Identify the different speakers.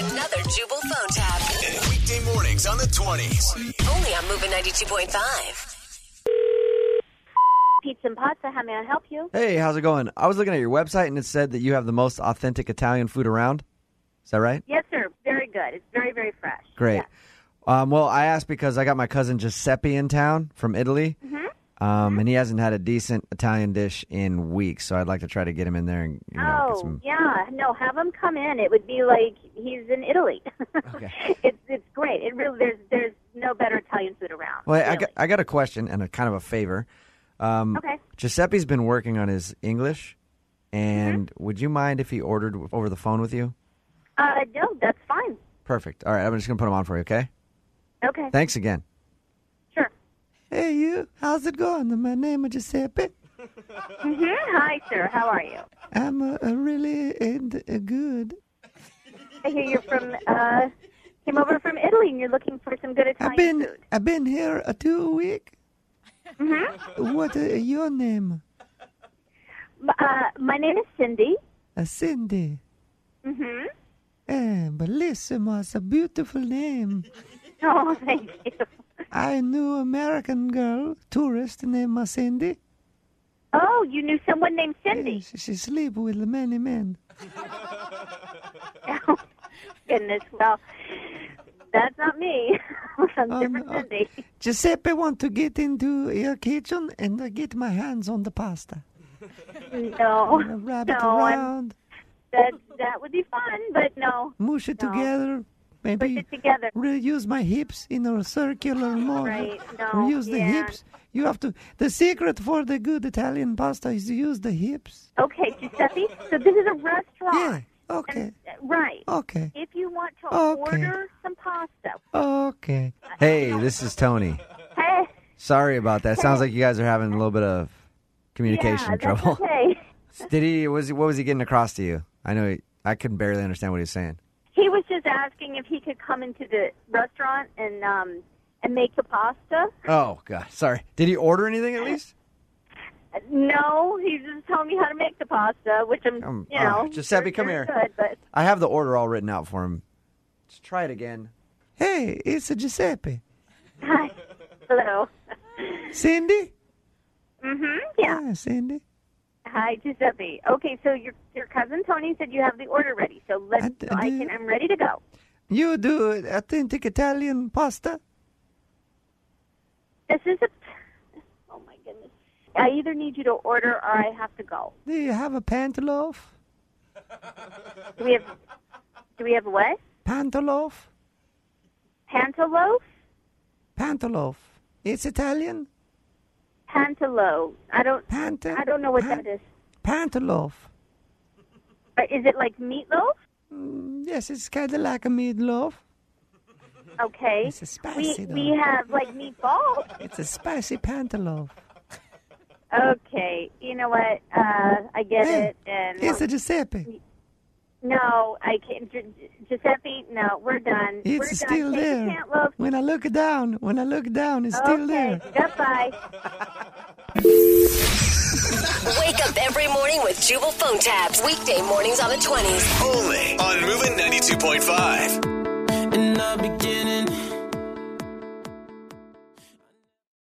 Speaker 1: another Jubal phone tab.
Speaker 2: Weekday mornings on the 20s.
Speaker 1: Only on Moving 92.5.
Speaker 3: Pizza and pasta. How may I help you?
Speaker 4: Hey, how's it going? I was looking at your website and it said that you have the most authentic Italian food around. Is that right?
Speaker 3: Yes, sir. Very good. It's very, very fresh.
Speaker 4: Great. Um, well, I asked because I got my cousin Giuseppe in town from Italy,
Speaker 3: Mm-hmm.
Speaker 4: um, and he hasn't had a decent Italian dish in weeks. So I'd like to try to get him in there and you know get
Speaker 3: oh,
Speaker 4: some.
Speaker 3: yeah. No, have him come in. It would be like he's in Italy.
Speaker 4: Okay.
Speaker 3: it's it's great. It really there's there's no better Italian food around.
Speaker 4: Well, I
Speaker 3: really.
Speaker 4: got I got a question and a kind of a favor. Um,
Speaker 3: Okay.
Speaker 4: Giuseppe's been working on his English,
Speaker 3: Mm-hmm.
Speaker 4: and would you mind if he ordered w- over the phone with you?
Speaker 3: Uh, no, that's fine.
Speaker 4: Perfect. All right, I'm just gonna put him on for you. Okay.
Speaker 3: Okay.
Speaker 4: Thanks again.
Speaker 3: sure.
Speaker 4: Hey, you. How's it going? My name is Giuseppe.
Speaker 3: Mm-hmm. Hi, sir. How are you?
Speaker 4: I'm uh, really good.
Speaker 3: I hear you're from uh, came over from Italy and you're looking for some good Italian food.
Speaker 4: I've been here uh, two week.
Speaker 3: Mm-hmm.
Speaker 4: What uh, your name?
Speaker 3: M- Uh, my name is Cindy.
Speaker 4: Uh, Cindy. Mm-hmm. but listen, it's a beautiful name.
Speaker 3: Oh, thank you.
Speaker 4: I knew American girl tourist named uh, Cindy. Eh,
Speaker 3: Oh, you knew someone named Cindy.
Speaker 4: She, she sleep with many men.
Speaker 3: Goodness, well, that's not me. I'm
Speaker 4: Um,
Speaker 3: different Cindy.
Speaker 4: Giuseppe want to get into your kitchen and uh, get my hands on the pasta.
Speaker 3: No,
Speaker 4: Uh, Wrap it
Speaker 3: no, I'm,
Speaker 4: around,
Speaker 3: that that would be fun, but no.
Speaker 4: mush it
Speaker 3: No.
Speaker 4: together.
Speaker 3: Push
Speaker 4: Maybe
Speaker 3: it together.
Speaker 4: really use my hips in a circular motion.
Speaker 3: Right, no,
Speaker 4: use the
Speaker 3: yeah.
Speaker 4: hips. You have to. The secret for the good Italian pasta is to use the hips.
Speaker 3: Okay, Giuseppe. So this is a restaurant.
Speaker 4: Yeah, okay.
Speaker 3: And- uh, right.
Speaker 4: Okay.
Speaker 3: If you want to
Speaker 4: Okay.
Speaker 3: order some pasta,
Speaker 4: Okay. Hey, this is Tony.
Speaker 3: hey,
Speaker 4: Sorry about that. Sounds like you guys are having a little bit of communication
Speaker 3: yeah, that's
Speaker 4: trouble.
Speaker 3: okay.
Speaker 4: Did he? Was he, what was he getting across to you? I know he, I could barely understand what he was saying.
Speaker 3: He was just asking if he could come into the restaurant and um and make the pasta.
Speaker 4: Oh God, sorry. Did he order anything at least?
Speaker 3: No, he's just telling me how to make the pasta, which I'm,
Speaker 4: Um,
Speaker 3: you
Speaker 4: oh,
Speaker 3: know.
Speaker 4: Giuseppe,
Speaker 3: sure-
Speaker 4: come
Speaker 3: sure
Speaker 4: here.
Speaker 3: Good, but
Speaker 4: I have the order all written out for him. Let's try it again. Hey, it's a Giuseppe.
Speaker 3: hi, hello.
Speaker 4: Cindy.
Speaker 3: Mhm. Yeah.
Speaker 4: Hi, Cindy.
Speaker 3: Hi, Giuseppe. Okay, so your your cousin Tony said you have the order ready, so let
Speaker 4: I
Speaker 3: I,
Speaker 4: d-
Speaker 3: so I
Speaker 4: do.
Speaker 3: can. I'm ready to go.
Speaker 4: You do authentic Italian pasta?
Speaker 3: This is a. Oh my goodness. I either need you to order or I have to go.
Speaker 4: Do you have a pantaloaf?
Speaker 3: Do we have? Do we have what?
Speaker 4: Pantaloaf?
Speaker 3: Pantaloaf?
Speaker 4: Pantaloaf. It's Italian?
Speaker 3: Pantalo. I don't.
Speaker 4: Panta-
Speaker 3: I don't know what
Speaker 4: pan-
Speaker 3: that is.
Speaker 4: Pantaloaf.
Speaker 3: Uh, Is it like meatloaf?
Speaker 4: Mm, Yes, it's kind of like a meatloaf.
Speaker 3: Okay.
Speaker 4: It's a
Speaker 3: we
Speaker 4: spicy,
Speaker 3: we
Speaker 4: though.
Speaker 3: have like meatballs.
Speaker 4: It's a spicy pantaloaf.
Speaker 3: Okay, you know what? Uh, I get
Speaker 4: Hey,
Speaker 3: it. And
Speaker 4: It's a Giuseppe.
Speaker 3: no, I can't. Gi- Gi- Giuseppe, no, we're done. we're
Speaker 4: It's
Speaker 3: done.
Speaker 4: still
Speaker 3: Take
Speaker 4: there.
Speaker 3: The cantaloupe.
Speaker 4: When I look down, when I look down, it's still there.
Speaker 3: okay, goodbye.
Speaker 1: Wake up every morning with Jubal phone tabs. Weekday mornings on the 20s.
Speaker 2: Only on Moving 92.5.
Speaker 5: in the beginning.